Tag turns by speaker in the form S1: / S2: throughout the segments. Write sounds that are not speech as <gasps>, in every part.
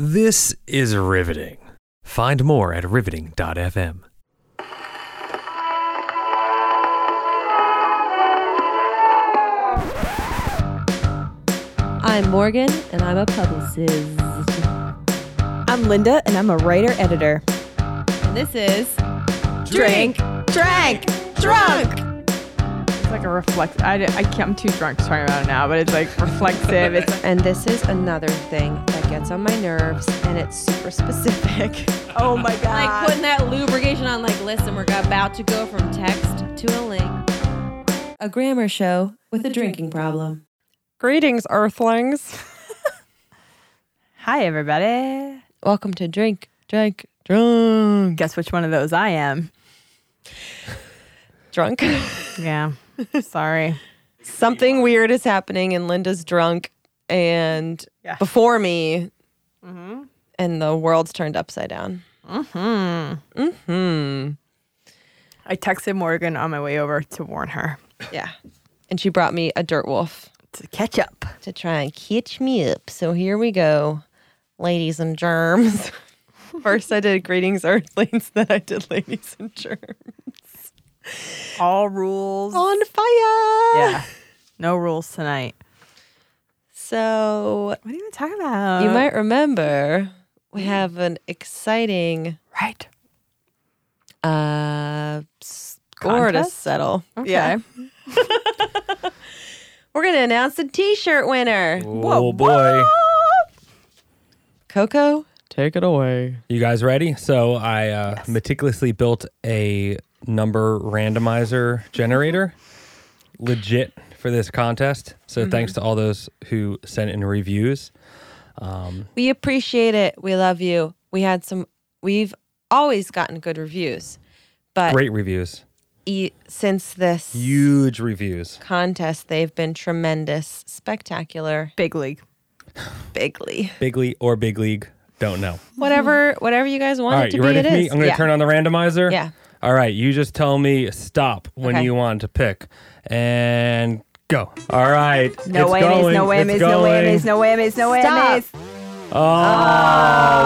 S1: This is riveting. Find more at riveting.fm.
S2: I'm Morgan, and I'm a publicist.
S3: I'm Linda, and I'm a writer editor.
S2: And this is
S3: Drink, drank, drunk.
S4: It's like a reflect. I, I can't, I'm too drunk to talk about it now, but it's like reflexive. It's
S2: And this is another thing that gets on my nerves, and it's super
S4: <laughs>
S2: specific.
S3: Oh my
S2: like
S3: god!
S2: putting that lubrication on, like, listen, we're about to go from text to a link. A grammar show with a drinking problem.
S5: Greetings, Earthlings.
S4: hi everybody.
S5: Welcome to Drink, Drink, Drunk.
S4: Guess which one of those I am.
S5: Drunk.
S4: Yeah. Sorry.
S5: <laughs> Something weird is happening, and Linda's drunk, and before me, Mm-hmm. and the world's turned upside down.
S4: I texted Morgan on my way over to warn her
S5: Yeah. And she brought me a dirt wolf
S4: to catch up.
S5: to try and catch me up. So here we go, ladies and <laughs> germs. First, I did greetings, Earthlings, <laughs> then I did ladies and germs.
S4: All rules.
S5: On fire.
S4: Yeah. No rules tonight.
S5: So
S4: What are you talking about?
S1: Uh,
S5: You might remember we
S1: mm.
S5: have an exciting
S4: right.
S5: uh, score to
S4: Contest?
S5: settle. Yeah. We're going to announce the t shirt winner.
S1: oh boy.
S5: Coco? Take it away.
S1: You guys ready? So I uh, meticulously built a number randomizer generator, legit for this contest. So thanks to all those who sent in reviews.
S5: We appreciate it. We love you. We had some, we've always gotten good reviews, but
S1: Great reviews,
S5: e- since this
S1: huge reviews.
S5: contest, they've been tremendous, spectacular,
S4: Big league.
S5: bigly.
S1: Bigly or big league, don't know.
S5: Whatever, whatever you guys want
S1: Mm-hmm.
S5: it
S1: All right,
S5: to
S1: you
S5: be,
S1: ready
S5: it
S1: for me?
S5: is.
S1: I'm going to
S5: yeah.
S1: turn on the randomizer.
S5: Yeah.
S1: All right, you just tell me stop when
S5: Okay.
S1: you want to pick and go. All right.
S4: No
S1: it's
S4: whammies.
S1: going.
S4: No
S1: it's
S4: whammies. No
S1: going.
S4: whammies. No whammies. No
S5: Stop.
S4: whammies.
S1: Oh,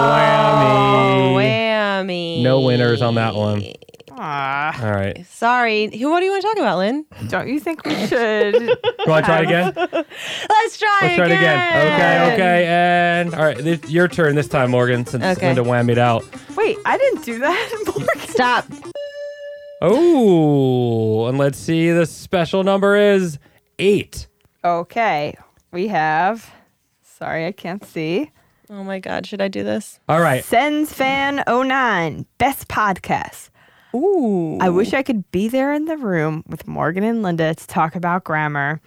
S1: whammy.
S5: Oh, whammy.
S1: No winners on that one.
S4: Aw.
S1: All right.
S5: Sorry. Who? What do you want to talk about, Lynn?
S4: <laughs> Don't you think we should?
S1: You want to try it again? Let's
S5: Let's try
S1: try it again. Okay, okay. And all right, this, your turn this time, Morgan, since
S5: Okay.
S1: Linda whammied out.
S4: <laughs> Wait, I didn't do that, Morgan.
S5: Stop.
S1: Oh, and let's see. The special number is eight.
S4: Okay, we have. Sorry, I can't see.
S5: Oh my God. Should I do this?
S1: All right.
S4: Sens Fan 09, best podcast.
S5: Ooh.
S4: I wish I could be there in the room with Morgan and Linda to talk about grammar,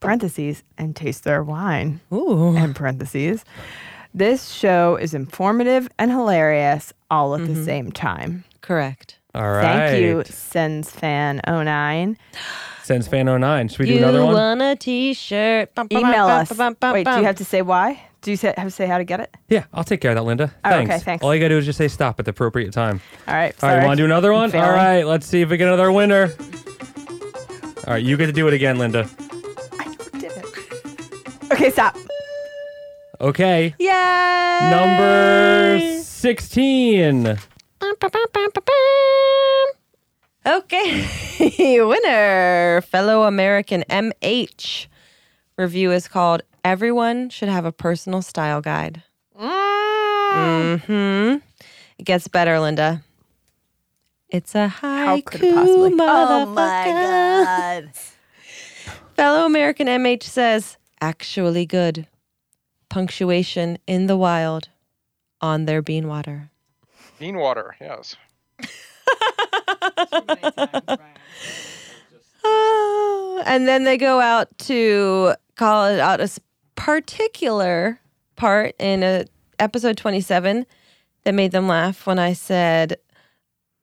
S4: parentheses, and taste their wine,
S5: Ooh.
S4: and parentheses. This show is informative and hilarious all at the same time.
S5: Correct.
S1: All right.
S4: Thank you, Sens Fan 09.
S1: Sends fan 09. Should we do another one?
S5: want a T-shirt? Bum, bum,
S4: Email
S5: bum,
S4: us.
S5: bum, bum,
S4: Wait, do
S5: bum.
S4: you have to say why? Do you say, have to say how to get it?
S1: Yeah, I'll take care of that, Linda.
S4: Oh, okay,
S1: Thanks.
S4: thanks.
S1: All you gotta do is just say stop at the appropriate time.
S4: All right.
S1: All right,
S4: sorry.
S1: want to do another one? All
S4: failing.
S1: right, let's see if we get another winner. All right, you get to do it again, Linda.
S4: Okay, stop.
S1: Okay.
S5: Yay!
S1: Number 16.
S5: Bum, bum, bum, bum, bum, bum. Okay, <laughs> winner, fellow American MH. Review is called Everyone Should Have a Personal Style Guide. hmm It gets better, Linda. It's a haiku,
S4: could it
S5: Oh
S4: possibly- Oh,
S5: motherfucker. Fellow American MH says, actually good. Punctuation in the wild on their bean water.
S6: Bean water, yes.
S5: Oh, and then they go out to call it out a s- particular part in a, episode 27 that made them laugh when I said,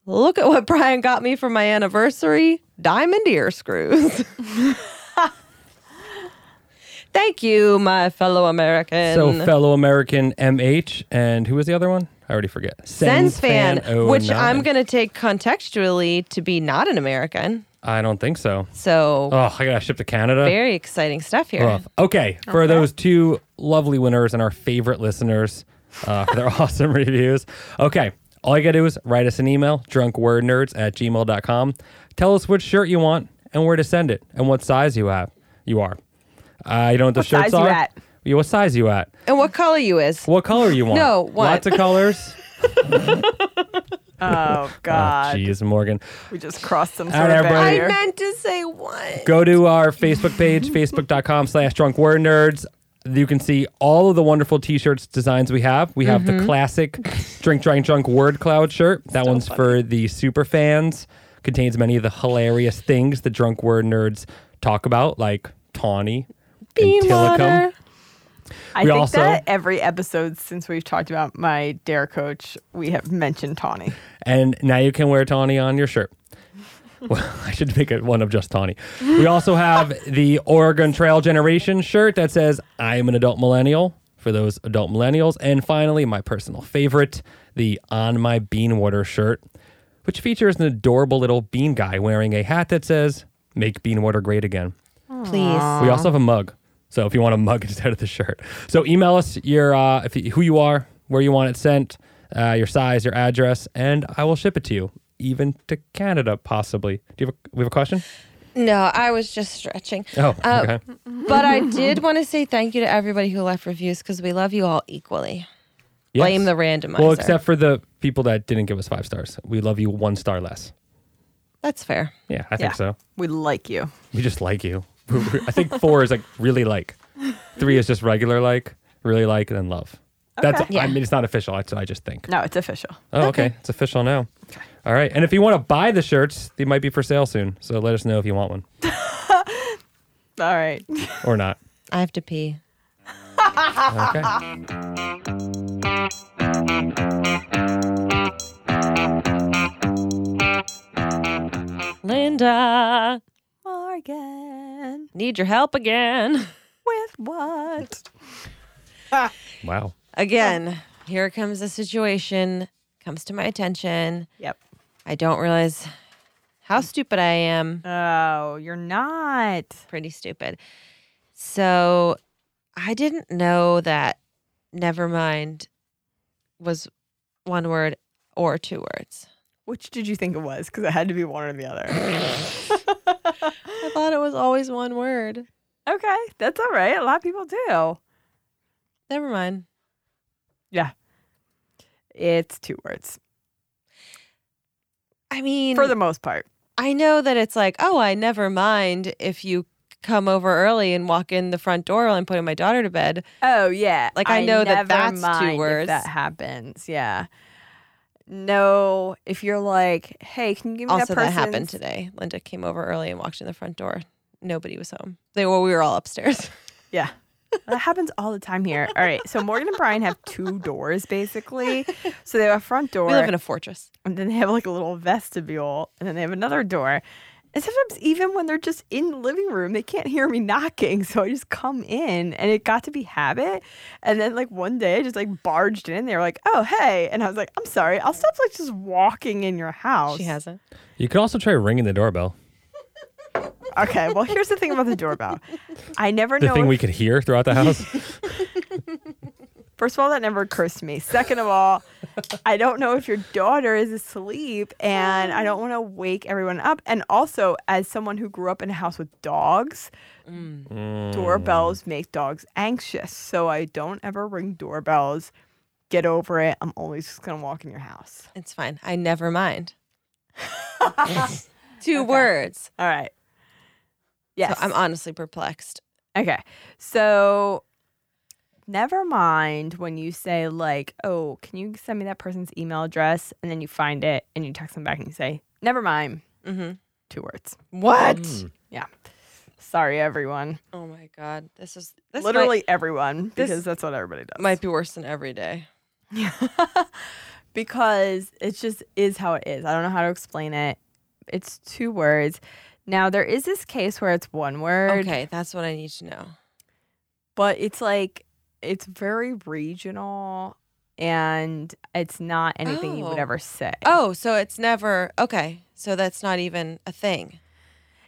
S5: Look at what <laughs> Brian got me for my anniversary diamond ear screws. <laughs> Thank you, my fellow American.
S1: So, fellow American MH, and who was the other one? I already forget. oh,
S5: Sens fan,
S1: Sensfan09.
S5: which I'm going to take contextually to be not an American.
S1: I don't think so.
S5: So,
S1: Oh, I gotta ship to Canada.
S5: very exciting stuff here.
S1: Rough. Okay, for those two lovely winners and our favorite listeners, uh, for their <laughs> awesome reviews. Okay. All you got to do is write us an email, drunkwordnerds at gmail.com. Tell us which shirt you want and where to send it and what size you have. You are. Uh, you know what the shirts
S4: size you
S1: are?
S4: at?
S1: Yeah, what size you at?
S5: And what color you is?
S1: What color you want?
S5: No, what?
S1: Lots of colors.
S4: Oh
S1: Ah,
S4: God,
S1: Jeez, Morgan.
S4: we just crossed some
S1: All
S4: sort
S1: right,
S4: of
S1: everybody.
S5: I
S4: barrier.
S5: meant to say what?
S1: Go to our Facebook page, facebook.com slash drunk word nerds. You can see all of the wonderful t shirts designs we have. We have the classic Drink, Drink, Drunk Word Cloud shirt. That one's for the super fans. Contains many of the hilarious things the drunk word nerds talk about, like Tawny,
S5: Bean
S1: and Tillicum.
S5: water.
S4: I
S1: We
S4: think
S1: also-
S4: that every episode since we've talked about my dare coach, we have mentioned Tawny.
S1: and now you can wear Tawny on your shirt. <laughs> Well, I should make it one of just Tawny. We also have the Oregon Trail Generation shirt that says, I am an adult millennial for those adult millennials. And finally, my personal favorite, the On My Bean Water shirt, which features an adorable little bean guy wearing a hat that says, Make bean water great again.
S5: Please.
S1: We also have a mug. So if you want a mug <laughs> instead of the shirt, so email us your uh, if you, who you are, where you want it sent, uh, your size, your address, and I will ship it to you, even to Canada possibly. Do you have a, we have a question?
S5: No, I was just stretching.
S1: Oh,
S5: Uh,
S1: okay.
S5: But I did want to say thank you to everybody who left reviews because we love you all equally.
S1: Yes.
S5: Blame the randomizer.
S1: Well, except for the people that didn't give us five stars. We love you one star less.
S5: That's fair.
S1: Yeah, I think
S4: Yeah.
S1: so.
S4: We like you.
S1: We just like you. I think four is like really like, three is just regular like, really like, and then love. That's
S5: Yeah.
S1: I mean it's not official. That's what I just think.
S4: No, it's official.
S1: Oh, okay. It's official now. All right. And if you want to buy the shirts, they might be for sale soon. So let us know if you want one
S4: All right.
S1: or not.
S5: I have to pee.
S1: Okay.
S4: <laughs>
S5: Linda,
S4: Morgan,
S5: need your help again.
S4: with what?
S1: Wow.
S5: Again, <laughs> here comes the situation, comes to my attention.
S4: Yep.
S5: I don't realize how stupid I am.
S4: Oh, you're not.
S5: Pretty stupid. So I didn't know that never mind was one word or two words.
S4: Which did you think it was? Because it had to be one or the other. <laughs>
S5: I thought it was always one word.
S4: okay, that's all right. A lot of people do.
S5: Never mind.
S4: Yeah. It's two words
S5: I mean,
S4: for the most part.
S5: I know that it's like, oh, I never mind if you come over early and walk in the front door while I'm putting my daughter to bed.
S4: Oh yeah,
S5: Like, I know that
S4: never
S5: that's two
S4: mind
S5: words.
S4: If that happens. Yeah. No, if you're like, hey, can you give me
S5: also,
S4: that
S5: that
S4: person?
S5: happened today. Linda came over early and walked in the front door. Nobody was home. They well, we were all upstairs. <laughs>
S4: Yeah. <laughs> That happens all the time here. All right. So Morgan and Brian have two doors basically. So they have a front door
S5: we live in a fortress.
S4: and then they have like a little vestibule and then they have another door. And sometimes even when they're just in the living room, they can't hear me knocking. So I just come in and it got to be habit. And then like one day I just like barged in. They were like, oh hey. And I was like, I'm sorry. I'll stop like just walking in your house.
S5: She <laughs> hasn't.
S1: You could also try ringing the doorbell.
S4: Okay. Well, here's the thing about the doorbell. I never
S1: The
S4: know
S1: thing
S4: if
S1: we could hear throughout the
S4: <laughs>
S1: house.
S4: First of all, that never occurs to me. Second of all, I don't know if your daughter is asleep and I don't want to wake everyone up. And also, as someone who grew up in a house with dogs, doorbells make dogs anxious. So I don't ever ring doorbells. Get over it. I'm always just going to walk in your house. <laughs>
S5: It's fine. I never mind. Two words.
S4: All right.
S5: So
S4: Yes.
S5: I'm honestly perplexed.
S4: Okay. So never mind when you say like, "Oh, can you send me that person's email address?" and then you find it and you text them back and you say, "Never mind."
S5: hmm
S4: Two words.
S5: What?
S4: Yeah. Sorry everyone.
S5: Oh my god. This is this
S4: Literally everyone
S5: this
S4: because that's what everybody does. <laughs>
S5: might, might be worse than every day.
S4: because it just is how it is. I don't know how to explain it. It's two words. Now there is this case where it's one word.
S5: Okay, that's what I need to know.
S4: but it's like it's very regional and it's not anything you would
S5: Oh.
S4: ever say.
S5: Oh, so it's never okay. So that's not even a thing.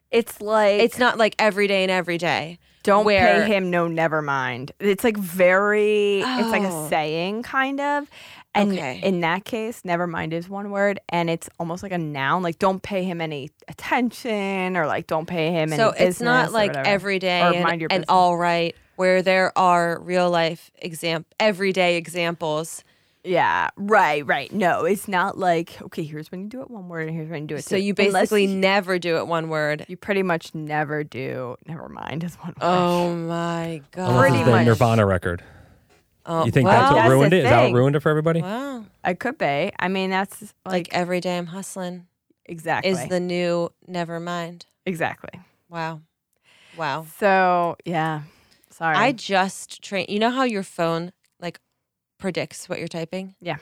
S4: It's like
S5: It's not like every day and every day.
S4: Don't
S5: Where-
S4: pay him no never mind. It's like very it's like
S5: Oh.
S4: a saying kind of. And
S5: Okay.
S4: in that case, never mind is one word and it's almost like a noun. Like don't pay him any attention or like don't pay him
S5: so
S4: any
S5: it's not
S4: business or
S5: like
S4: whatever.
S5: every day
S4: Or
S5: and,
S4: mind your
S5: and
S4: business.
S5: all right where there are real life exam everyday examples.
S4: Yeah. Right, right. No, it's not like, okay, here's when you do it one word and here's when you do it
S5: So
S4: two.
S5: you
S4: Unless
S5: basically never do it one word.
S4: you pretty much never do never mind is one word.
S5: Oh my god.
S1: Unless
S4: Pretty
S1: it's the
S4: much.
S1: Nirvana record.
S5: Oh,
S1: You think
S5: wow.
S1: that's what
S4: That's the
S1: ruined it? Is that what
S4: thing.
S1: ruined it for everybody?
S5: wow.
S4: I could be. I mean that's like,
S5: Like, every day I'm hustling
S4: exactly
S5: is the new never mind.
S4: exactly.
S5: Wow. Wow.
S4: So yeah. Sorry.
S5: Oh. I just train. You know how your phone like predicts what you're typing?
S4: Yeah.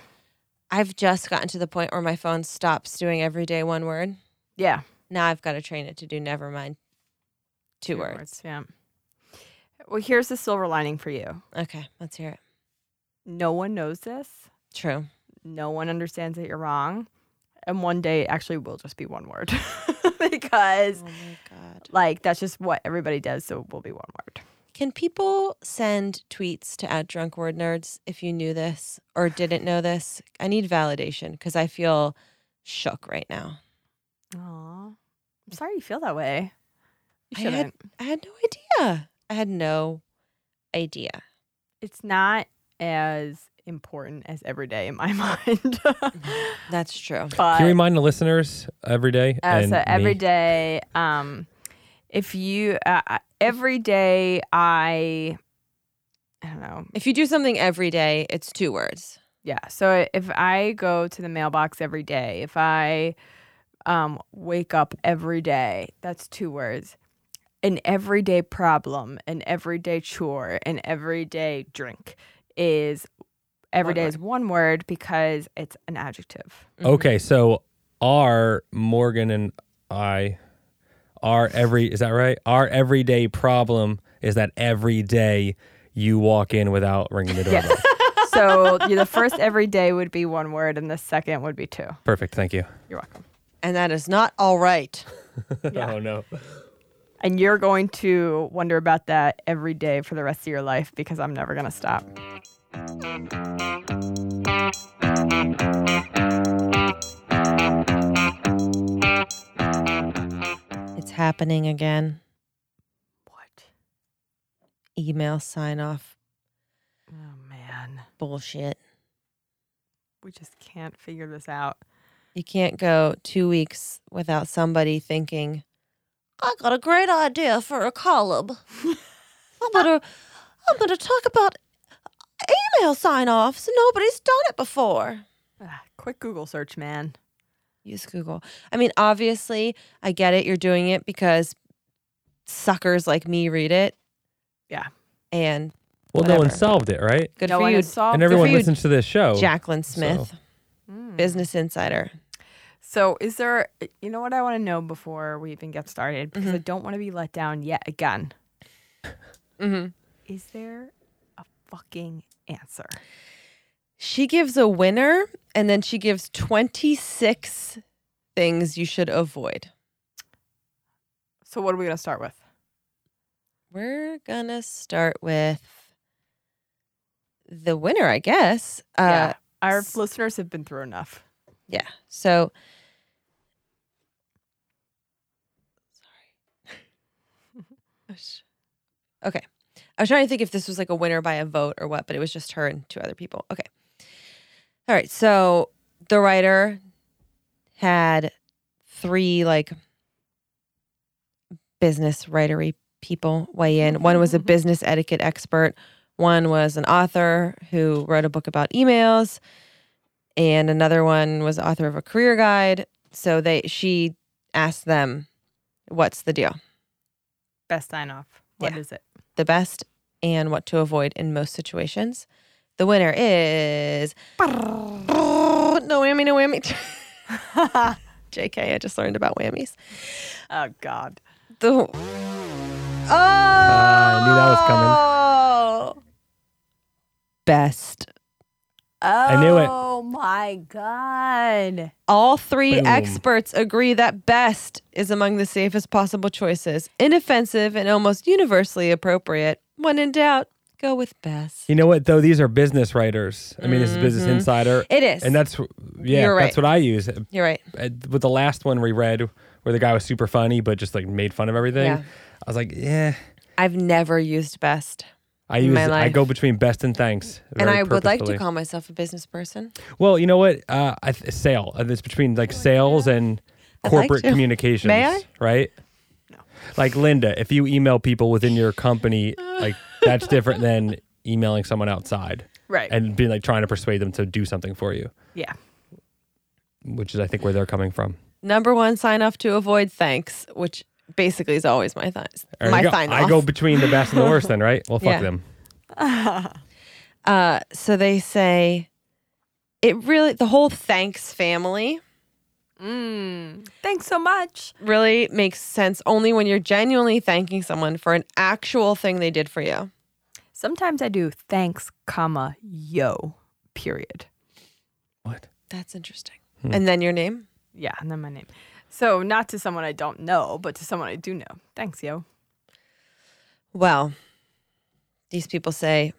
S5: I've just gotten to the point where my phone stops doing every day one word.
S4: yeah.
S5: Now I've got to train it to do never mind two,
S4: Two
S5: words.
S4: Yeah. Well, here's the silver lining for you.
S5: Okay, let's hear it.
S4: No one knows this.
S5: True.
S4: No one understands that you're wrong. And one day it actually will just be one word. <laughs> because
S5: Oh my god.
S4: like that's just what everybody does, so it will be one word.
S5: Can people send tweets to add drunk word nerds if you knew this or didn't know this? I need validation because I feel shook right now.
S4: Aw. I'm sorry you feel that way. You
S5: I had-
S4: shouldn't.
S5: I had no idea. I had no idea. <gasps>
S4: it's not as important as every day in my <laughs> mind.
S5: That's true.
S4: but
S1: Can you remind the listeners every day?
S4: Uh,
S1: and
S4: so every
S1: me?
S4: day, um, if you uh, uh, every day, I, I don't know.
S5: If you do something every day, it's two words.
S4: Yeah. So if I go to the mailbox every day, if I um, wake up every day, that's two words. An everyday problem, an everyday chore, an everyday drink is every
S5: One
S4: day
S5: word.
S4: is one word because it's an adjective.
S1: Okay, so are Morgan and I are every is that right? Our everyday problem is that every day you walk in without ringing the doorbell.
S4: so yeah, the
S5: <laughs>
S4: first everyday would be one word, and the second would be two.
S1: Perfect, thank you.
S4: You're welcome.
S5: And that is not all right. <laughs>
S4: Yeah.
S1: Oh no.
S4: And you're going to wonder about that every day for the rest of your life because I'm never going to stop.
S5: It's happening again.
S4: What?
S5: Email sign off
S4: Oh, man.
S5: bullshit.
S4: We just can't figure this out.
S5: You can't go two weeks without somebody thinking, I got a great idea for a column.
S4: <laughs>
S5: I'm gonna I'm gonna talk about email sign offs. Nobody's done it before.
S4: Ah, quick Google search, man.
S5: Use Google. I mean, obviously, I get it. You're doing it because suckers like me read it.
S4: Yeah.
S5: And
S1: Well, no one
S5: Whatever.
S1: solved it, right?
S5: good
S4: no
S5: for
S4: one
S5: you,
S4: has solved
S1: and everyone
S5: for you,
S1: listens to this show.
S5: Jacqueline Smith,
S4: Mm.
S5: Business Insider.
S4: So, is there, you know what I want to know before we even get started? Because
S5: Mm-hmm.
S4: I don't want to be let down yet again.
S5: Mhm.
S4: Is there a fucking answer?
S5: She gives a winner and then she gives 26 things you should avoid.
S4: So, what are we going to start with?
S5: We're going to start with the winner, I guess. Uh,
S4: yeah. Our
S5: s-
S4: listeners have been through enough.
S5: Yeah. So sorry. <laughs> okay. I was trying to think if this was like a winner by a vote or what, but it was just her and two other people. Okay. All right. So the writer had three like business writery people weigh in. One was a business etiquette expert. One was an author who wrote a book about emails and another one was author of a career guide. So they she asked them, "What's the deal?
S4: Best sign off. What is
S5: Yeah.
S4: it?
S5: The best and what to avoid in most situations." The winner is <laughs> no whammy, no whammy.
S4: <laughs>
S5: Jk, I just learned about whammies.
S4: Oh, God.
S5: The oh,
S1: I knew that was coming.
S5: Best.
S4: Oh,
S1: knew it.
S4: Oh my god.
S5: All three
S1: Boom.
S5: experts agree that best is among the safest possible choices, inoffensive and almost universally appropriate. When in doubt, go with best.
S1: You know what though? These are business writers. I mean, this is Business Insider.
S5: It is.
S1: and that's yeah,
S5: Mm-hmm. You're
S1: that's
S5: right.
S1: what I use. Uh,
S5: You're right.
S1: With the last one we read, where the guy was super funny but just like made fun of everything,
S5: Yeah.
S1: I was like, yeah.
S5: I've never used best.
S1: I
S5: In
S1: use
S5: my
S1: I
S5: life.
S1: go between best and thanks,
S5: and
S1: very
S5: I would like to
S1: purposefully.
S5: call myself a business person.
S1: Well, you know what? Uh, I th- sale. Uh, It's between like sales and
S5: Oh, I'd like
S1: corporate
S5: to.
S1: communications.
S5: May I?
S1: Right. Like Linda, if you email people within
S5: <laughs>
S1: your company, like that's different than emailing someone outside
S4: Right.
S1: and being like trying to persuade them to do something for you,
S4: yeah.
S1: which is I think where they're coming from.
S5: Number one sign off to avoid thanks, which basically is always my thighs.
S1: There you
S5: my
S1: go.
S5: sign off.
S1: I go between the best and the
S5: <laughs>
S1: worst, then right? Well,
S5: Yeah.
S1: fuck them.
S5: Uh, so they say it really, the whole thanks family
S4: Mm. Thanks so much.
S5: really makes sense only when you're genuinely thanking someone for an actual thing they did for you.
S4: Sometimes I do thanks, comma, yo, period.
S1: What?
S5: That's interesting.
S4: Hmm.
S5: And then your name.
S4: Yeah, and then my name. So not to someone I don't know, but to someone I do know. Thanks, yo.
S5: Well, these people say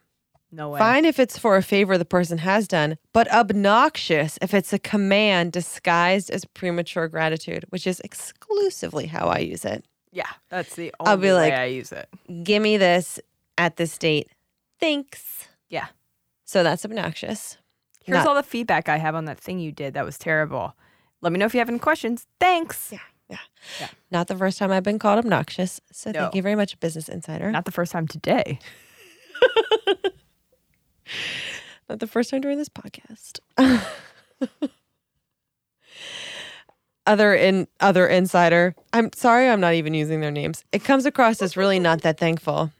S4: No way.
S5: fine if it's for a favor the person has done, but obnoxious if it's a command disguised as premature gratitude, which is exclusively how I use it.
S4: Yeah, that's the only
S5: I'll be
S4: way
S5: like-
S4: I use it.
S5: Give me this at this date. Thanks.
S4: Yeah.
S5: So that's obnoxious.
S4: Here's
S5: Not-
S4: all the feedback I have on that thing you did. That was terrible. Let me know if you have any questions. Thanks.
S5: Not the first time I've been called obnoxious. So
S4: No.
S5: thank you very much, Business Insider.
S4: Not the first time today.
S5: Not the first time during this podcast. <laughs> other in other insider. I'm sorry I'm not even using their names. It comes across as really not that thankful.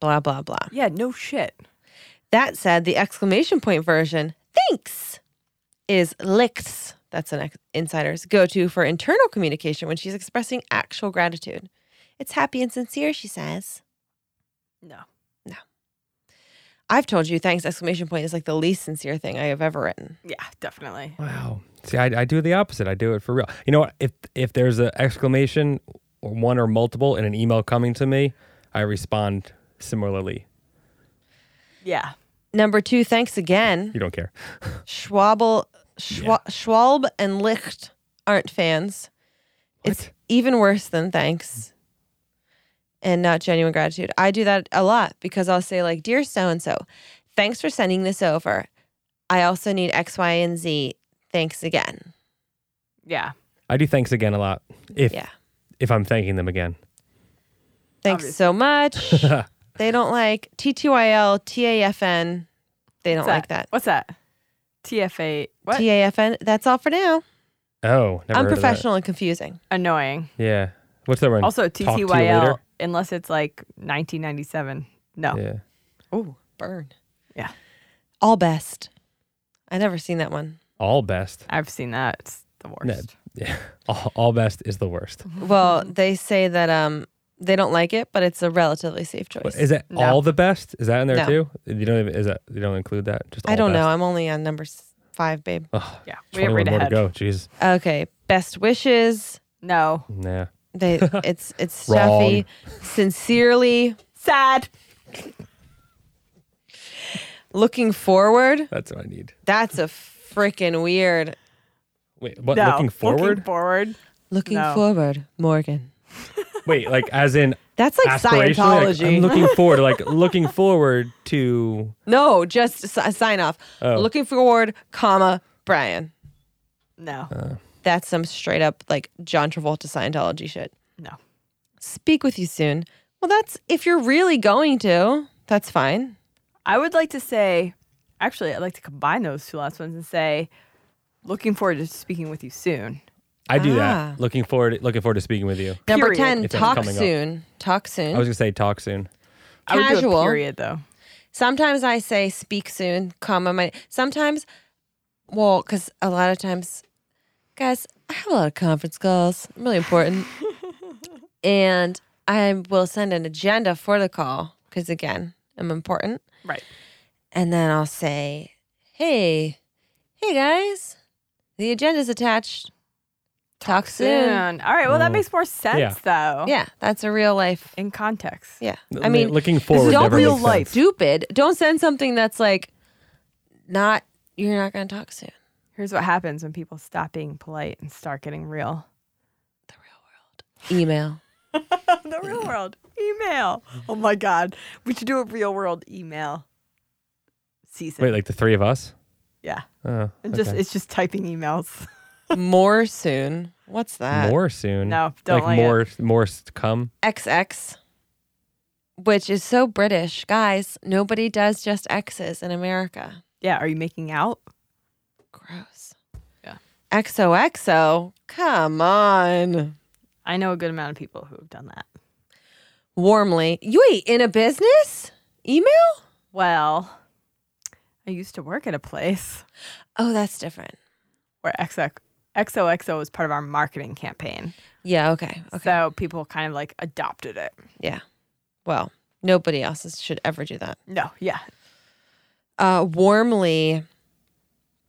S5: Blah blah blah.
S4: Yeah, no shit.
S5: That said, the exclamation point version, thanks, is Licht's. That's an ex- insider's go to for internal communication when she's expressing actual gratitude. It's happy and sincere, she says.
S4: No.
S5: I've told you thanks exclamation point is like the least sincere thing I have ever written.
S4: Yeah, definitely.
S1: Wow. See, I, I do the opposite. I do it for real. You know what? If if there's an exclamation, or one or multiple, in an email coming to me, I respond similarly.
S4: Yeah.
S5: Number two, thanks again.
S1: You don't care.
S5: Schwabel, Schwa- Schwalb and Licht aren't fans. It's even worse than thanks and not genuine gratitude. I do that a lot because I'll say, like, Dear so and so, thanks for sending this over. I also need X, Y, and Z. Thanks again.
S4: Yeah.
S1: I do thanks again a lot. If
S5: Yeah.
S1: if I'm thanking them again. <laughs> Oh,
S5: Thanks so much. they don't like TTYL, TAFN. They don't
S4: What's
S5: like that.
S4: What's that? TFA. What?
S5: TAFN. That's all for now.
S1: Oh, never heard of that.
S5: Unprofessional and confusing.
S4: Annoying.
S1: Yeah. What's the one?
S4: Also,
S1: Talk to you
S4: TTYL,
S1: later?
S4: unless it's like 1997. No.
S1: Yeah.
S5: Oh, burn.
S4: Yeah.
S5: All best. I never seen that one.
S1: All best.
S4: I've seen that. It's the worst.
S1: No, yeah. All, all best is the worst.
S4: <laughs>
S5: Well, they say that um they don't like it, but it's a relatively safe choice.
S1: But is it
S4: No.
S1: all the best? Is that in there
S5: No.
S1: too? You don't even is that you don't include that? Just
S5: I
S1: all
S5: don't know.
S1: best?
S5: I'm only on number s- five, babe.
S1: Ugh,
S4: Yeah. We get
S1: 21
S4: right
S1: more
S4: ahead.
S1: to go. Jeez.
S5: Okay. Best wishes.
S4: No.
S1: Nah. <laughs>
S5: They it's it's
S1: Wrong.
S5: stuffy. Sincerely
S4: Sad.
S5: looking forward.
S1: That's what I need.
S5: That's a freaking weird.
S1: Wait, what
S4: No.
S1: looking forward?
S4: Looking forward.
S5: Looking
S4: No.
S5: forward, Morgan.
S1: Wait, like as in
S5: That's <laughs> like
S1: aspirationally? Like,
S5: Scientology.
S1: I'm looking forward, like looking forward to
S5: <laughs> no, just s- sign off.
S1: Oh.
S5: Looking forward, comma Brian.
S4: No.
S1: Uh.
S5: That's some straight up like John Travolta Scientology shit.
S4: No.
S5: Speak with you soon. Well, that's if you're really going to, that's fine.
S4: I would like to say, actually, I'd like to combine those two last ones and say, looking forward to speaking with you soon.
S1: I do
S5: Ah.
S1: that. Looking forward looking forward to speaking with you.
S5: Number
S4: Period.
S5: 10,
S1: It's
S5: talk
S1: coming up.
S5: soon. Talk soon.
S1: I was gonna say talk soon.
S4: I would do
S5: Casual.
S4: a period though.
S5: sometimes I say speak soon, comma my sometimes well, because a lot of times guys, I have a lot of conference calls. I'm really
S1: <laughs>
S5: important. and I will send an agenda for the call because again, I'm important.
S4: Right.
S5: And then I'll say, hey, hey guys, the agenda's attached. Talk soon.
S4: Soon. All right. Well, that
S1: Mm.
S4: makes more sense though.
S5: Yeah, that's a real life.
S4: In context.
S5: Yeah. I mean,
S1: looking forward.
S5: don't
S1: never
S5: be
S1: makes sense.
S5: stupid. Don't send something that's like not you're not gonna talk soon.
S4: Here's what happens when people stop being polite and start getting real.
S5: The real world. Email.
S4: <laughs> the real world email. Oh my god, we should do a real world email season.
S1: Wait, like the three of us?
S4: yeah,
S1: Oh,
S4: and just
S1: okay.
S4: it's just typing emails. <laughs>
S5: More soon. What's that?
S1: more soon.
S4: No, don't
S1: like,
S4: like it.
S1: more. More to come.
S5: XX. Which is so British. Guys, nobody does just X's in America.
S4: Yeah, are you making out?
S5: Gross.
S4: Yeah.
S5: XOXO. Come on.
S4: I know a good amount of people who have done that.
S5: Warmly. You ain't in a business? Email?
S4: Well, I used to work at a place
S5: Oh, that's different.
S4: where XX XOXO was part of our marketing campaign,
S5: Yeah, okay. Okay.
S4: so people kind of like adopted it.
S5: yeah. Well, nobody else is- should ever do that.
S4: No, yeah,
S5: Uh warmly.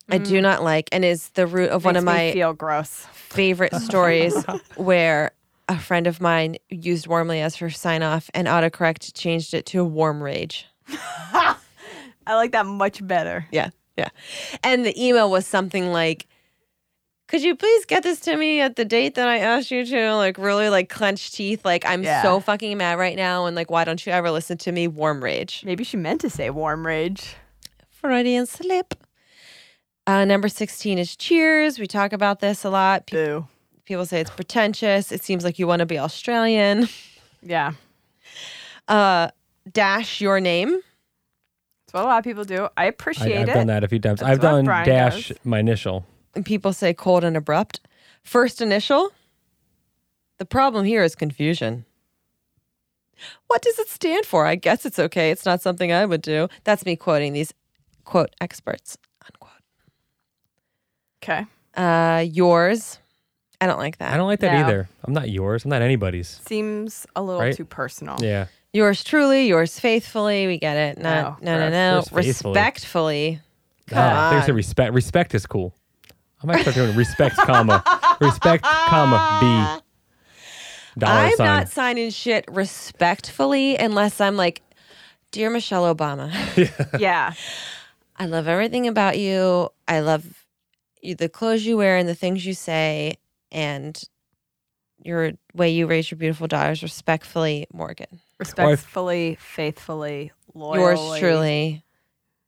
S5: I do not like and is the root of one
S4: Mm. Makes
S5: of
S4: me
S5: my
S4: feel gross.
S5: favorite
S4: <laughs>
S5: stories where a friend of mine used warmly as her sign off and autocorrect changed it to warm rage.
S4: I like that much better.
S5: Yeah. Yeah. And the email was something like, could you please get this to me at the date that I asked you to? Like, really, like, clenched teeth. Like, I'm
S4: Yeah.
S5: so fucking mad right now. And, like, why don't you ever listen to me? Warm rage.
S4: Maybe she meant to say warm rage.
S5: Freudian slip. Uh, number 16 is cheers. We talk about this a lot. Pe-
S4: Boo.
S5: people say it's pretentious. It seems like you want to be Australian.
S4: Yeah.
S5: uh dash your name.
S4: That's what a lot of people do. I
S1: I,
S4: appreciate
S1: have
S4: it.
S1: done that a few times.
S4: That's
S1: I've
S4: what
S1: done
S4: Brian
S1: dash
S4: does.
S1: my initial.
S5: And people say cold and abrupt. First initial. The problem here is confusion. What does it stand for? I guess it's okay. It's not something I would do. That's me quoting these quote experts, unquote.
S4: Okay.
S5: Uh yours. I don't like that.
S1: I don't like that
S4: No.
S1: either. I'm not yours. I'm not anybody's.
S4: Seems a little
S1: Right?
S4: too personal.
S1: Yeah.
S5: yours truly, yours faithfully. We get it. No,
S4: No,
S5: no, no,
S4: gross.
S5: no.
S1: Oh, Yours faithfully.
S5: Respectfully. Come
S1: Ah, there's a
S5: on.
S1: respect. Respect is cool. I might start doing
S4: <laughs>
S1: respect, comma, respect, comma, B. Dollar
S5: Ah, I'm
S1: sign.
S5: not signing shit respectfully unless I'm like, Dear Michelle Obama,
S4: <laughs>
S5: <laughs>
S4: Yeah.
S5: I love everything about you. I love you, the clothes you wear and the things you say and your way you raise your beautiful daughters respectfully, Morgan.
S4: Respectfully, faithfully, loyally.
S5: Yours truly,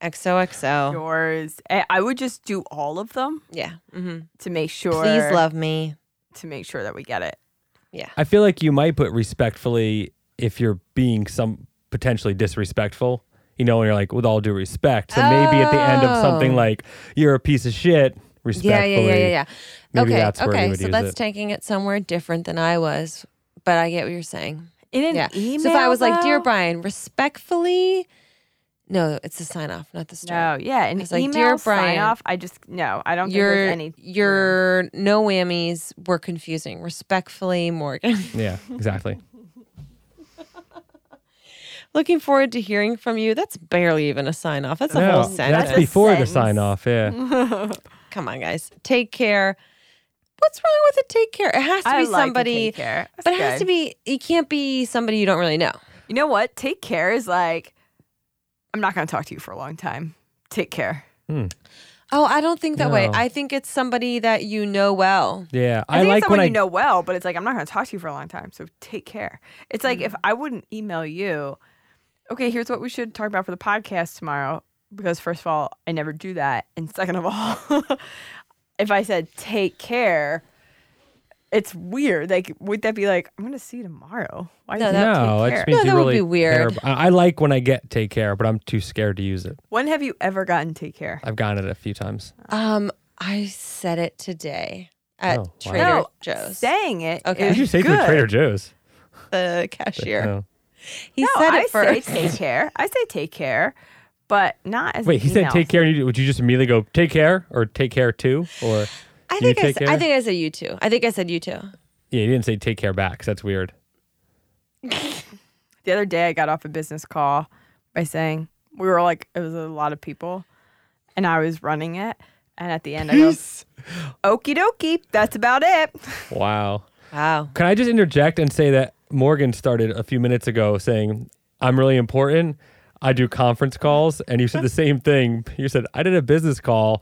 S5: XOXO.
S4: Yours. I I would just do all of them
S5: yeah. hmm
S4: to make sure.
S5: Please love me.
S4: To make sure that we get it.
S1: I feel like you might put respectfully if you're being some potentially disrespectful. You know, and you're like, with all due respect. So maybe at the end of something
S5: Oh.
S1: like, you're a piece of shit,
S5: Yeah,
S1: respectfully.
S5: yeah, yeah, yeah, yeah.
S1: Maybe
S5: okay,
S1: that's where
S5: okay.
S1: you would
S5: so
S1: use
S5: that's
S1: it.
S5: taking it somewhere different than I was, but I get what you're saying.
S4: In an
S5: yeah.
S4: email.
S5: so if I was like, "Dear
S4: though?
S5: Brian, respectfully," no, it's a sign off, not the story.
S4: No, yeah. An
S5: It's like,
S4: email
S5: "Dear Brian,
S4: sign off. I just no. I don't think
S5: your
S4: there's any. <laughs>
S5: your no whammies were confusing. Respectfully, Morgan. <laughs>
S1: Yeah, exactly.
S5: Looking forward to hearing from you. That's barely even a sign off. That's a
S1: No,
S5: whole sentence. Mm-hmm.
S1: that's
S4: That's a
S1: before the
S4: sentence.
S1: sign off. Yeah.
S5: Come on, guys. Take care. What's wrong with it? Take care. It has to
S4: I
S5: be
S4: like to
S5: somebody,
S4: take care.
S5: but
S4: That's
S5: it has to
S4: good.
S5: be. It can't be somebody you don't really know.
S4: You know what? Take care is like. I'm not going to talk to you for a long time. Take care.
S5: Oh, I don't think that way.
S1: No.
S5: I think it's somebody that you know well.
S1: Yeah.
S4: I,
S1: I,
S4: think it's
S1: like
S4: someone
S1: when I
S4: you know well, but it's like I'm not going to talk to you for a long time, so take care. It's like
S1: Mm.
S4: if I wouldn't email you, okay, here's what we should talk about for the podcast tomorrow. Because first of all, I never do that, and second of all, <laughs> if I said take care, it's weird. Like, would that be like I'm going to see you tomorrow? Why did
S5: No,
S4: you
S5: that-
S1: No,
S4: take
S1: it
S4: care?
S1: just
S5: No,
S1: means you
S5: that would
S1: really
S5: be weird.
S1: care ab- I, I like when I get take care, but I'm too scared to use it.
S4: When have you ever gotten take care?
S1: I've gotten it a few times.
S4: Oh.
S5: Um, I said it today at
S1: Oh, wow.
S5: Trader
S4: No,
S5: Joe's.
S4: Saying it.
S5: Okay.
S4: is
S1: Did you say to
S4: good.
S1: the Trader Joe's?
S5: the cashier.
S1: No.
S5: He
S4: No,
S5: said it
S4: I
S5: first.
S4: say take care. I say take care, but not as an
S1: Wait, he said
S4: email.
S1: take care. and you- Would you just immediately go take care or take care too? Or
S5: I
S1: do you
S5: think I, s-
S1: take
S5: I
S1: care?
S5: think I said you too. I think I said you too.
S1: yeah, you didn't say take care back. 'cause that's weird.
S4: The other day, I got off a business call by saying we were like it was a lot of people, and I was running it. And at the end, I go, okie dokie, that's about it.
S1: Wow.
S5: Wow.
S1: Can I just interject and say that Morgan started a few minutes ago saying, I'm really important. I do conference calls. And you said the same thing. You said, I did a business call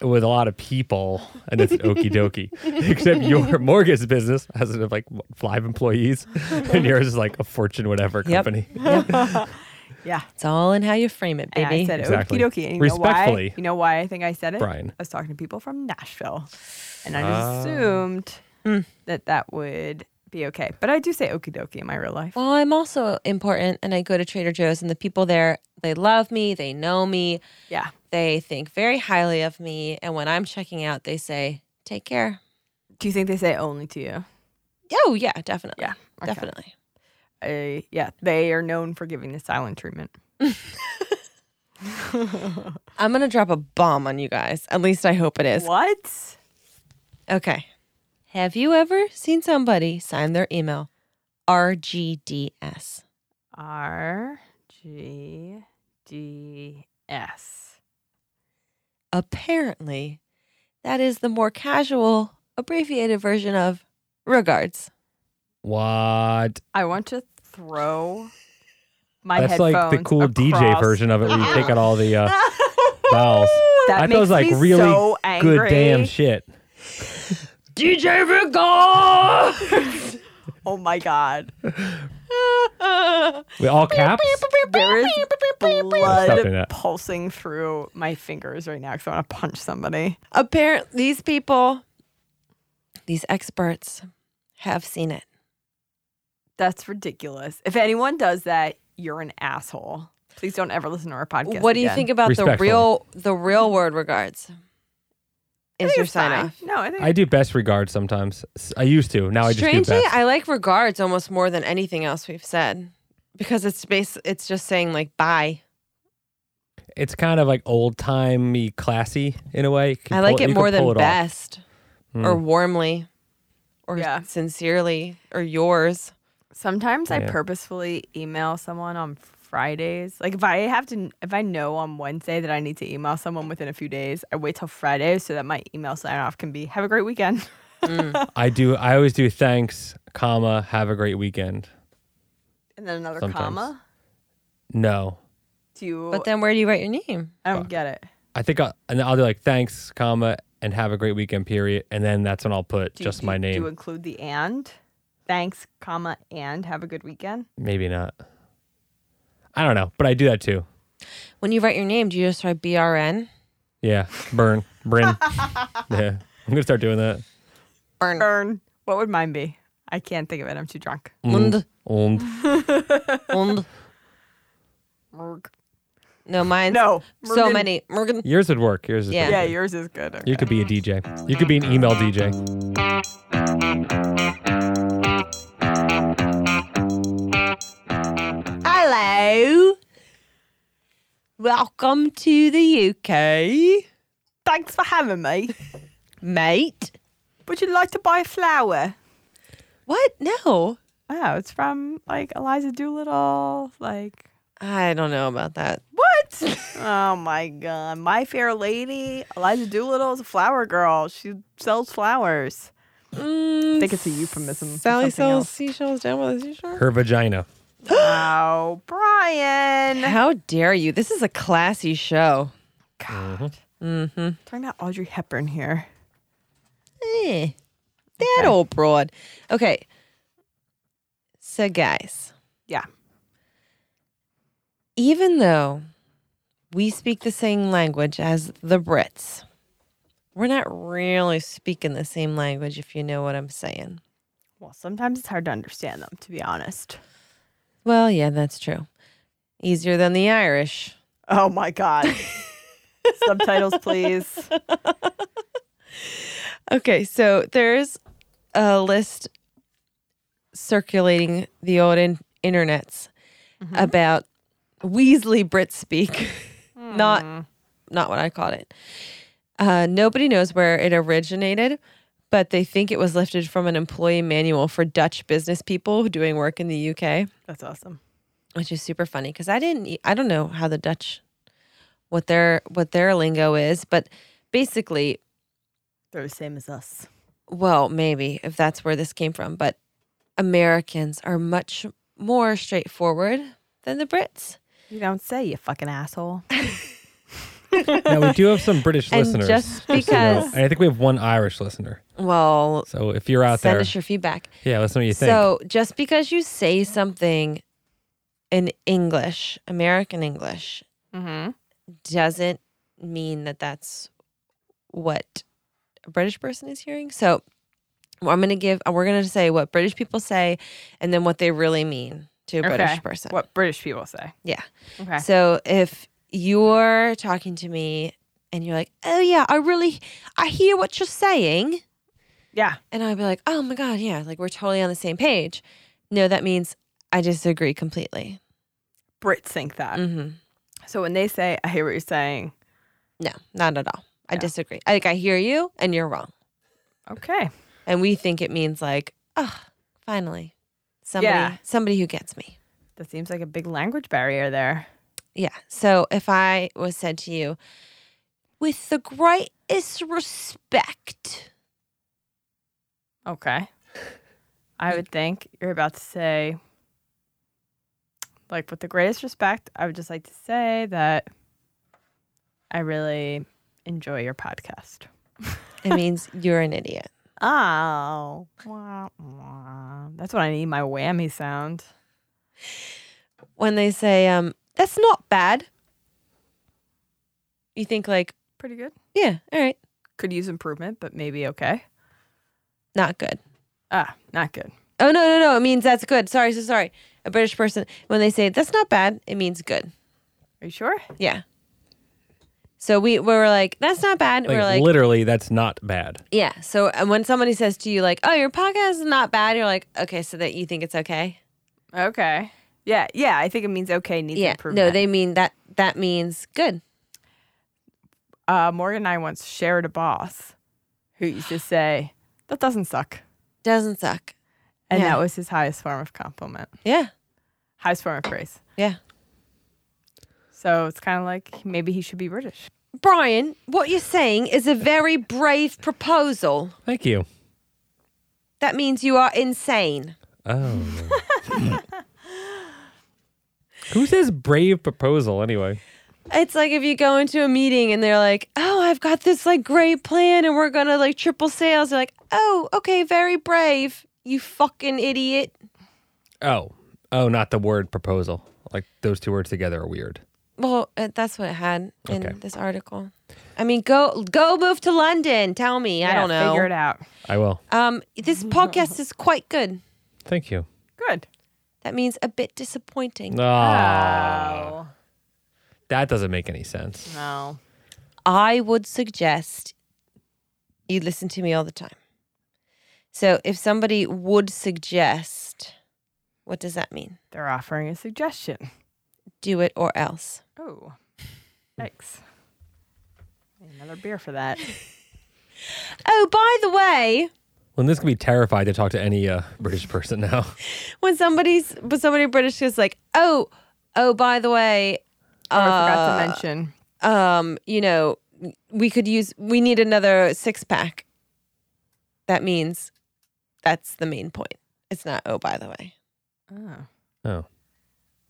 S1: with a lot of people, and it's okie dokie. <laughs> Except your Morgan's business has like five employees, <laughs> and yours is like a fortune whatever
S5: Yep.
S1: company.
S4: Yeah.
S5: It's all in how you frame it,
S4: And
S5: baby.
S4: I said
S1: Exactly.
S4: okie dokie. And you know
S1: Respectfully.
S4: why? You know why I think I said it?
S1: Brian. Ah.
S4: I was talking to people from Nashville, and I just assumed that that would be okay. But I do say okie dokie in my real life.
S5: Well, I'm also important and I go to Trader Joe's and the people there, they love me, they know me,
S4: yeah.
S5: they think very highly of me. And when I'm checking out, they say, take care.
S4: Do you think they say only to you?
S5: Oh, yeah, definitely.
S4: Yeah, okay.
S5: Definitely.
S4: I, yeah. They are known for giving the silent treatment.
S5: I'm going to drop a bomb on you guys. At least I hope it is.
S4: What?
S5: Okay. Have you ever seen somebody sign their email RGDS?
S4: R G D S.
S5: Apparently, that is the more casual, abbreviated version of regards.
S1: What?
S4: I want to throw my
S1: That's
S4: headphones
S1: like the cool DJ
S4: across-
S1: version of it
S4: <laughs>
S1: where you take out
S4: <gasps>
S1: all the uh, vowels.
S4: That
S1: I
S4: makes
S1: was like
S4: me
S1: really
S4: so angry.
S1: good damn shit.
S5: DJ regards!
S4: <laughs> Oh my god.
S1: We all caps.
S4: There is
S1: <laughs> Stop doing
S4: blood
S1: that.
S4: pulsing through my fingers right now because I want to punch somebody.
S5: Apparently, these people, these experts, have seen it.
S4: That's ridiculous. If anyone does that, you're an asshole. Please don't ever listen to our podcast.
S5: what do you
S4: again.
S5: think about the
S1: Respectfully.
S5: real the real word regards?
S4: I
S5: Is
S4: think
S5: your
S4: it's
S5: sign
S4: fine.
S5: off?
S4: No, I think
S1: I do best regards sometimes. S- I used to. Now I just
S5: Strangely,
S1: do best.
S5: I like regards almost more than anything else we've said because it's base. It's just saying like bye.
S1: it's kind of like old timey, classy in a way. You can
S5: I like
S1: pull
S5: it
S1: you
S5: more
S1: can pull
S5: than
S1: it off. Hmm.
S5: best or warmly or
S4: Yeah.
S5: sincerely or yours.
S4: sometimes I
S1: Yeah.
S4: purposefully email someone on Fridays. Like if I have to, if I know on Wednesday that I need to email someone within a few days, I wait till Friday so that my email sign off can be "Have a great weekend."
S1: I do. I always do. Thanks, comma. Have a great weekend.
S4: <laughs> and then another
S1: Sometimes.
S4: comma.
S1: No,
S4: Do you?
S5: But then where do you write your name?
S4: I don't get it.
S1: I think. I, and I'll do like thanks, comma, and have a great weekend. Period. And then that's when I'll put
S4: Do you-
S1: just
S4: do-
S1: my
S4: Do
S1: name.
S4: you include the and? Thanks, comma, and have a good weekend.
S1: Maybe not. I don't know, but I do that too.
S5: When you write your name, do you just write <laughs> BRN?
S1: Yeah, burn,
S5: <laughs>
S1: Bryn. yeah, I'm gonna start doing that.
S5: Burn.
S4: Burn. What would mine be? I can't think of it. I'm too drunk.
S5: Und.
S1: Und
S5: Und.
S4: Merg.
S5: No, mine's
S4: No.
S5: so
S4: Mergen.
S5: many. Morgan.
S1: yours would work. Yours is
S5: Yeah.
S4: Yeah,
S1: better.
S4: yours is good.
S1: You could be a DJ. You could be an email DJ.
S5: Hello. Welcome to the UK,
S4: Thanks for having me.
S5: <laughs> mate.
S4: Would you like to buy a flower?
S5: What? No.
S4: Oh, it's from like Eliza Doolittle. Like
S5: I don't know about that. <laughs>
S4: what? oh my god, My Fair Lady. Eliza Doolittle is a flower girl. She sells flowers. I think it's a euphemism. for
S5: Mm,
S4: something
S5: Sally sells
S4: else.
S5: seashells down by the seashore.
S1: Her vagina.
S5: <gasps>
S4: Oh, Brian.
S5: How dare you? This is a classy show. Mm-hmm.
S4: Talking about Audrey Hepburn here.
S5: Eh, that old broad. Okay. So, guys.
S4: Yeah.
S5: Even though we speak the same language as the Brits, we're not really speaking the same language, if you know what I'm saying.
S4: Well, sometimes it's hard to understand them, to be
S5: <laughs>
S4: honest.
S5: Well, yeah, that's true. Easier than the Irish.
S4: Oh my
S5: <laughs>
S4: god. Subtitles, please.
S5: Okay, so there's a list circulating the old in- internets about Weasley Brit speak, <laughs> not not what I called it. Uh, nobody knows where it originated, but they think it was lifted from an employee manual for Dutch business people doing work in the UK
S4: That's awesome.
S5: which is super funny because I didn't. e- I don't know how the Dutch what their what their lingo is, but basically,
S4: They're the same as us.
S5: well, maybe if that's where this came from, but Americans are much more straightforward than the Brits.
S4: You don't say, you fucking asshole.
S1: Now we do have some British
S5: And
S1: listeners,
S5: just
S1: so you know.
S5: because-
S1: and I think we have one Irish listener.
S5: <laughs> Well,
S1: So if you're out
S5: send
S1: there,
S5: us your feedback.
S1: yeah, let us know what you think.
S5: So just because you say something in English, American English,
S4: Mm-hmm.
S5: doesn't mean that that's what a British person is hearing. So well, I'm going to give, we're going to say what British people say and then what they really mean to a
S4: Okay.
S5: British person.
S4: What British people say.
S5: Yeah.
S4: Okay.
S5: So if you're talking to me and you're like, oh yeah, I really, I hear what you're saying.
S4: yeah.
S5: And I'd be like, oh my God, yeah, like we're totally on the same page. No, that means I disagree completely.
S4: Brits think that.
S5: hmm
S4: So when they say, I hear what you're saying,
S5: No, not at all. I
S4: Yeah.
S5: disagree. Like, I hear you and you're wrong.
S4: okay.
S5: And we think it means like, oh, finally, somebody,
S4: Yeah.
S5: somebody who gets me.
S4: That seems like a big language barrier there.
S5: Yeah. So if I was said to you, with the greatest respect,
S4: Okay. I would think you're about to say, like, with the greatest respect, I would just like to say that I really enjoy your podcast. <laughs>
S5: it means you're an idiot.
S4: Oh, wah, wah. that's what I need my whammy sound.
S5: When they say, um, that's not bad, you think like,
S4: Pretty good.
S5: yeah, all right,
S4: Could use improvement, but maybe okay.
S5: not good.
S4: Ah, not good.
S5: Oh no, no, no! It means that's good. Sorry, so sorry. A British person when they say that's not bad, it means good.
S4: Are you sure?
S5: Yeah. So we, we were like, that's not bad.
S1: like,
S5: we're like,
S1: literally, that's not bad.
S5: yeah. So and when somebody says to you like, oh, your podcast is not bad, you're like, okay, so that you think it's okay.
S4: Okay. Yeah, yeah. I think it means okay needs
S5: yeah.
S4: improvement.
S5: No, they mean that. That means good.
S4: uh, Morgan and I once shared a boss who used to say, "That doesn't suck,"
S5: Doesn't suck.
S4: and
S5: Yeah.
S4: that was his highest form of compliment,
S5: Yeah.
S4: highest form of praise.
S5: Yeah.
S4: So it's kind of like maybe he should be British.
S5: Brian, what you're saying is a very brave proposal.
S1: Thank you.
S5: That means you are insane.
S1: Oh.
S5: <laughs>
S1: Who says brave proposal anyway?
S5: It's like if you go into a meeting and they're like, "Oh, I've got this like great plan and we're going to like triple sales." You're like, "Oh, okay, very brave. You fucking idiot."
S1: Oh, oh, not the word proposal. Like those two words together are weird.
S5: Well, uh, that's what it had in
S1: Okay.
S5: this article. I mean, go go move to London. Tell me. I
S4: Yeah,
S5: don't know.
S4: Figure it out.
S1: I will.
S5: Um this podcast is quite good.
S1: Thank you.
S4: Good.
S5: That means a bit disappointing.
S1: Ah,
S4: Oh
S1: that doesn't make any sense.
S4: no.
S5: I would suggest you listen to me all the time. So, if somebody would suggest, what does that mean?
S4: They're offering a suggestion.
S5: do it or else.
S4: Oh, thanks. Another beer for that.
S5: Oh, by the way,
S1: Well, this could be terrified to talk to any uh, <laughs> British person now.
S5: when somebody's when somebody British is like, oh, oh, by the way,
S4: Oh, I forgot
S5: uh,
S4: to mention.
S5: um, you know, we could use we need another six pack. That means that's the main point. It's not oh, by the way.
S4: Oh,
S1: Oh,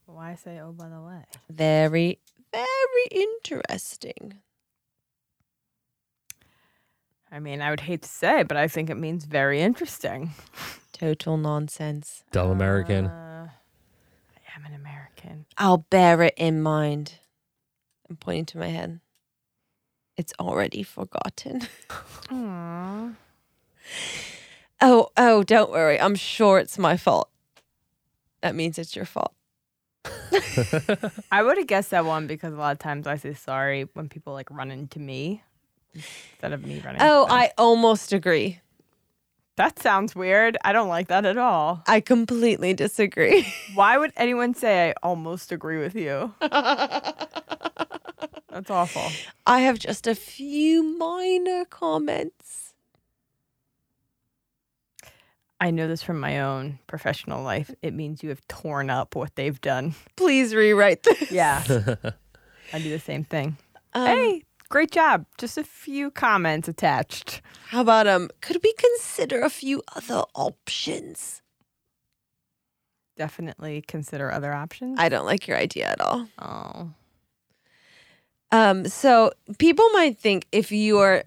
S4: why say oh by the way?
S5: Very, very interesting.
S4: I mean, I would hate to say, but I think it means very interesting.
S5: Total nonsense.
S1: dumb American. <laughs>
S4: Uh, I am an American.
S5: I'll bear it in mind. I'm pointing to my head. It's already forgotten.
S4: Aww.
S5: Oh, oh, don't worry. I'm sure it's my fault. That means it's your fault.
S4: I would have guessed that one because a lot of times I say sorry when people like run into me instead of me running. into
S5: Oh,
S4: them.
S5: I almost agree.
S4: That sounds weird. I don't like that at all.
S5: I completely disagree.
S4: Why would anyone say I almost agree with <laughs> you? That's awful.
S5: I have just a few minor comments.
S4: I know this from my own professional life. It means you have torn up what they've done.
S1: <laughs>
S5: Please rewrite this. Um,
S4: Yeah. I do the same thing. hey, great job. Just a few comments attached.
S5: How about um? Could we consider a few other options?
S4: Definitely consider other options.
S5: I don't like your idea at all.
S4: oh.
S5: Um, so people might think if you are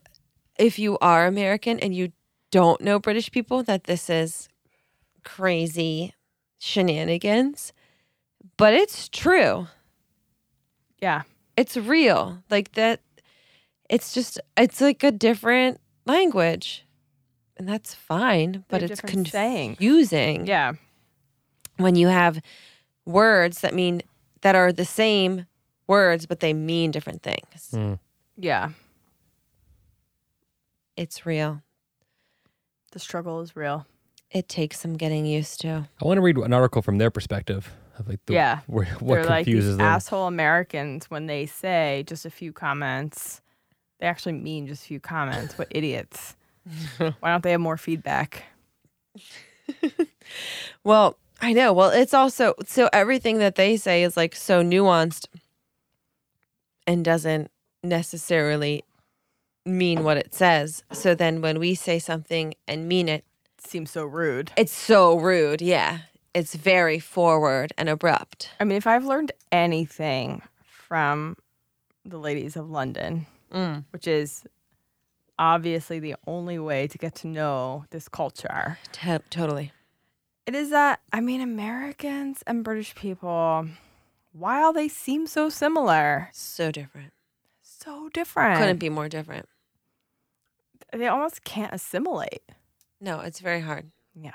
S5: if you are American and you don't know British people that this is crazy shenanigans. But it's true.
S4: Yeah.
S5: It's real. Like that it's just it's like a different language. And that's fine, but
S4: They're
S5: it's
S4: different saying.
S5: confusing
S4: Yeah.
S5: when you have words that mean that are the same words but they mean different things.
S4: Yeah.
S5: It's real.
S4: The struggle is real.
S5: It takes some getting used to.
S1: I want to read an article from their perspective of like the,
S4: Yeah.
S1: where, what
S4: They're like
S1: confuses
S4: these
S1: them.
S4: asshole Americans when they say just a few comments. They actually mean just a few comments. What
S1: <laughs>
S4: idiots. Why don't they have more feedback?
S5: Well, I know. Well, it's also so everything that they say is like so nuanced and doesn't necessarily mean what it says. So then when we say something and mean it,
S4: Seems so rude.
S5: it's so rude. Yeah. It's very forward and abrupt.
S4: I mean, if I've learned anything from the ladies of London,
S5: Mm.
S4: which is obviously the only way to get to know this culture,
S5: To- totally.
S4: it is that, I mean, Americans and British people, while they seem so similar,
S5: So different.
S4: so different.
S5: Couldn't be more different.
S4: They almost can't assimilate.
S5: No, it's very hard.
S4: Yeah.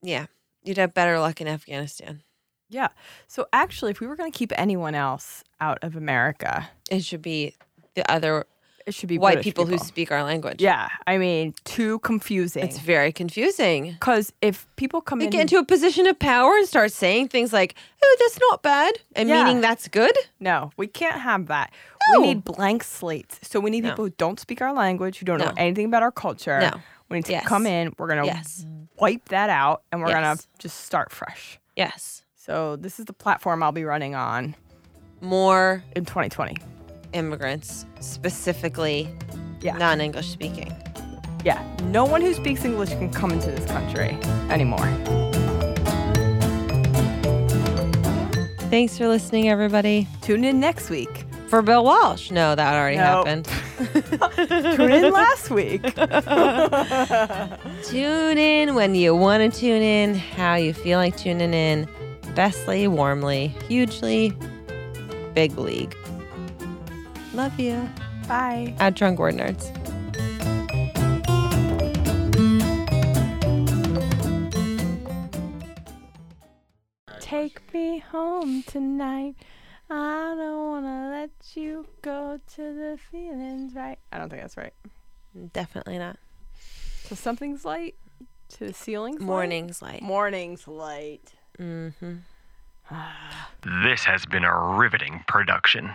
S5: Yeah. You'd have better luck in Afghanistan.
S4: Yeah. So actually, if we were going to keep anyone else out of America,
S5: It should be the other
S4: it should be
S5: white
S4: British
S5: people, who speak our language.
S4: Yeah. I mean, too confusing.
S5: It's very confusing.
S4: because if people come
S5: They
S4: in
S5: get into a position of power and start saying things like, oh, that's not bad, and
S4: Yeah.
S5: meaning that's good.
S4: No, we can't have that.
S5: No.
S4: We need blank slates. So we need
S5: No.
S4: people who don't speak our language, who don't
S5: No.
S4: know anything about our culture.
S5: No.
S4: We need to
S5: Yes.
S4: come in. We're gonna
S5: Yes.
S4: wipe that out, and we're gonna
S5: Yes.
S4: just start fresh.
S5: Yes.
S4: So this is the platform I'll be running on
S5: More
S4: in 2020.
S5: immigrants, specifically
S4: Yeah.
S5: non English speaking.
S4: Yeah, no one who speaks English can come into this country anymore.
S5: Thanks for listening, everybody.
S4: Tune in next
S5: <laughs>
S4: week.
S5: For Bill Walsh. No, that already
S4: No.
S5: happened.
S4: Tune in last
S5: <laughs>
S4: week.
S5: tune in when you want to tune in, how you feel like tuning in. Bestly, warmly, hugely, big league. Love you.
S4: Bye.
S5: At Drunk Word Nerds.
S4: Take me home tonight. I don't wanna let you go to the feelings right. I don't think that's right.
S5: Definitely not.
S4: To something's light. To the ceiling's light?
S5: Morning's light.
S4: Morning's light.
S7: This has been a riveting production.